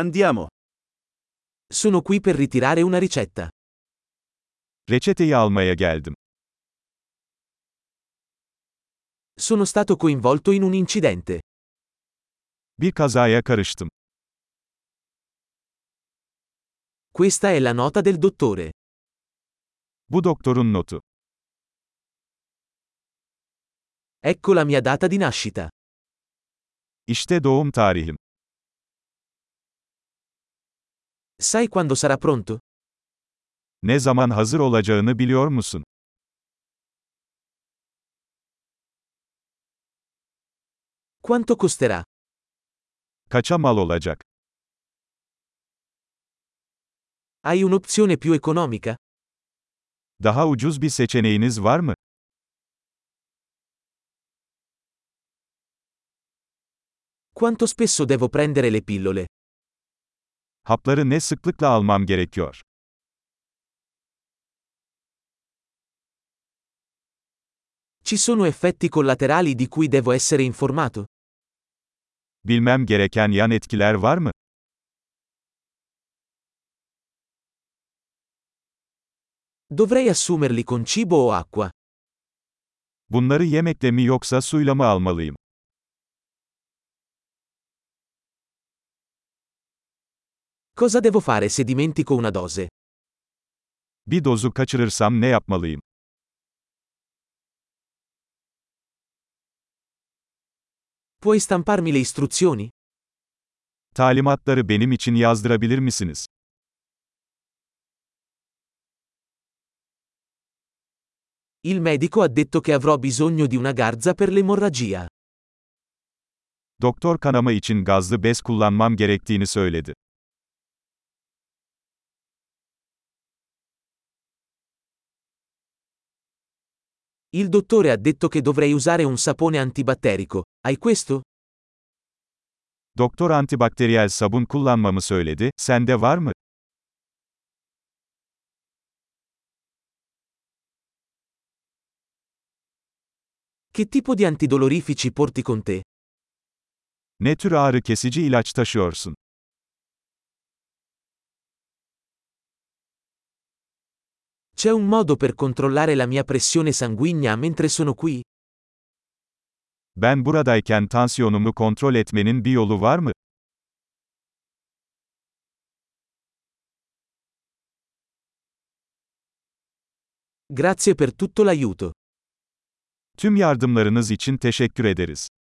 Andiamo. Sono qui per ritirare una ricetta. Reçeteyi almaya geldim. Sono stato coinvolto in un incidente. Bir kazaya karıştım. Questa è la nota del dottore. Bu doktorun notu. Ecco la mia data di nascita. İşte doğum tarihim. Sai quando sarà pronto? Ne zaman hazır olacağını biliyor musun? Quanto costerà? Kaça mal olacak? Hai un'opzione più economica? Daha ucuz bir seçeneğiniz var mı? Quanto spesso devo prendere le pillole? Hapları ne sıklıkla almam gerekiyor? Ci sono effetti collaterali di cui devo essere informato? Bilmem gereken yan etkiler var mı? Dovrei assumerli con cibo o acqua? Bunları yemekle mi yoksa suyla mı almalıyım? Cosa devo fare se dimentico una dose? Bir dozu kaçırırsam ne yapmalıyım? Puoi stamparmi le istruzioni? Talimatları benim için yazdırabilir misiniz? Il medico ha detto che avrò bisogno di una garza per l'emorragia. Doktor kanama için gazlı bez kullanmam gerektiğini söyledi. Il dottore ha detto che dovrei usare un sapone antibatterico. Hai questo? Doktor antibakteriyel sabun kullanmamı söyledi, sende var mı? Che tipo di antidolorifici porti con te? Ne tür ağrı kesici ilaç taşıyorsun? C'è un modo per controllare la mia pressione sanguigna mentre sono qui? Ben buradayken tansiyonumu kontrol etmenin bir yolu var mı? Grazie per tutto l'aiuto. Tüm yardımlarınız için teşekkür ederiz.